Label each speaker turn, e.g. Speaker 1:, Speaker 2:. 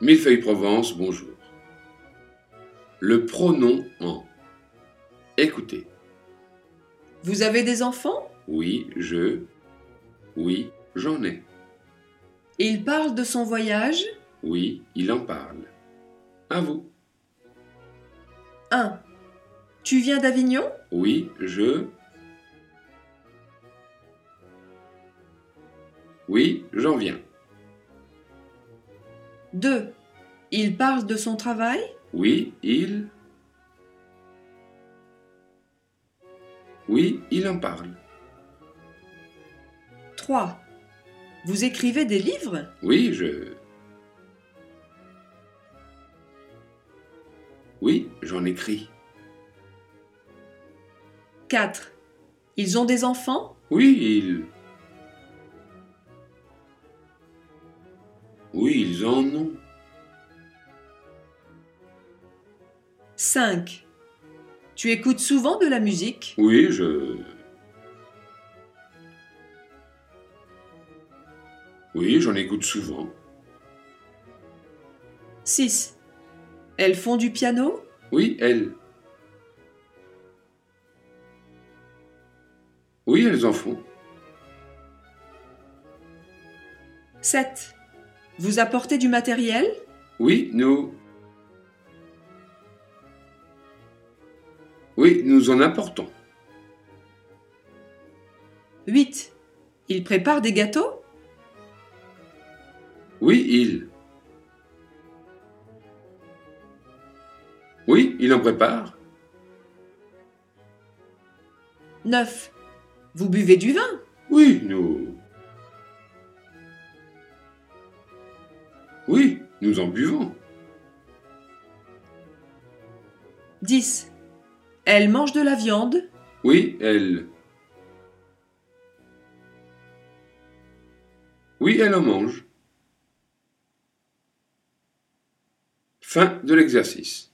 Speaker 1: Millefeuille Provence, bonjour. Le pronom en. Écoutez.
Speaker 2: Vous avez des enfants
Speaker 1: Oui, je. Oui, j'en ai.
Speaker 2: Il parle de son voyage
Speaker 1: Oui, il en parle. À vous.
Speaker 2: 1. Tu viens d'Avignon
Speaker 1: Oui, je. Oui, j'en viens.
Speaker 2: 2. Il parle de son travail
Speaker 1: Oui, il. Oui, il en parle.
Speaker 2: 3. Vous écrivez des livres
Speaker 1: Oui, je. Oui, j'en écris.
Speaker 2: 4. Ils ont des enfants
Speaker 1: Oui, ils. Oui, ils en ont.
Speaker 2: 5. Tu écoutes souvent de la musique
Speaker 1: Oui, je. Oui, j'en écoute souvent.
Speaker 2: 6. Elles font du piano
Speaker 1: Oui, elles. Oui, elles en font.
Speaker 2: 7. Vous apportez du matériel
Speaker 1: Oui, nous. Oui, nous en apportons.
Speaker 2: 8. Ils préparent des gâteaux
Speaker 1: Oui, il. Oui, il en prépare.
Speaker 2: 9. Vous buvez du vin
Speaker 1: Oui, nous. Oui, nous en buvons.
Speaker 2: 10. Elles mangent de la viande
Speaker 1: Oui, elle. Oui, elle en mange. Fin de l'exercice.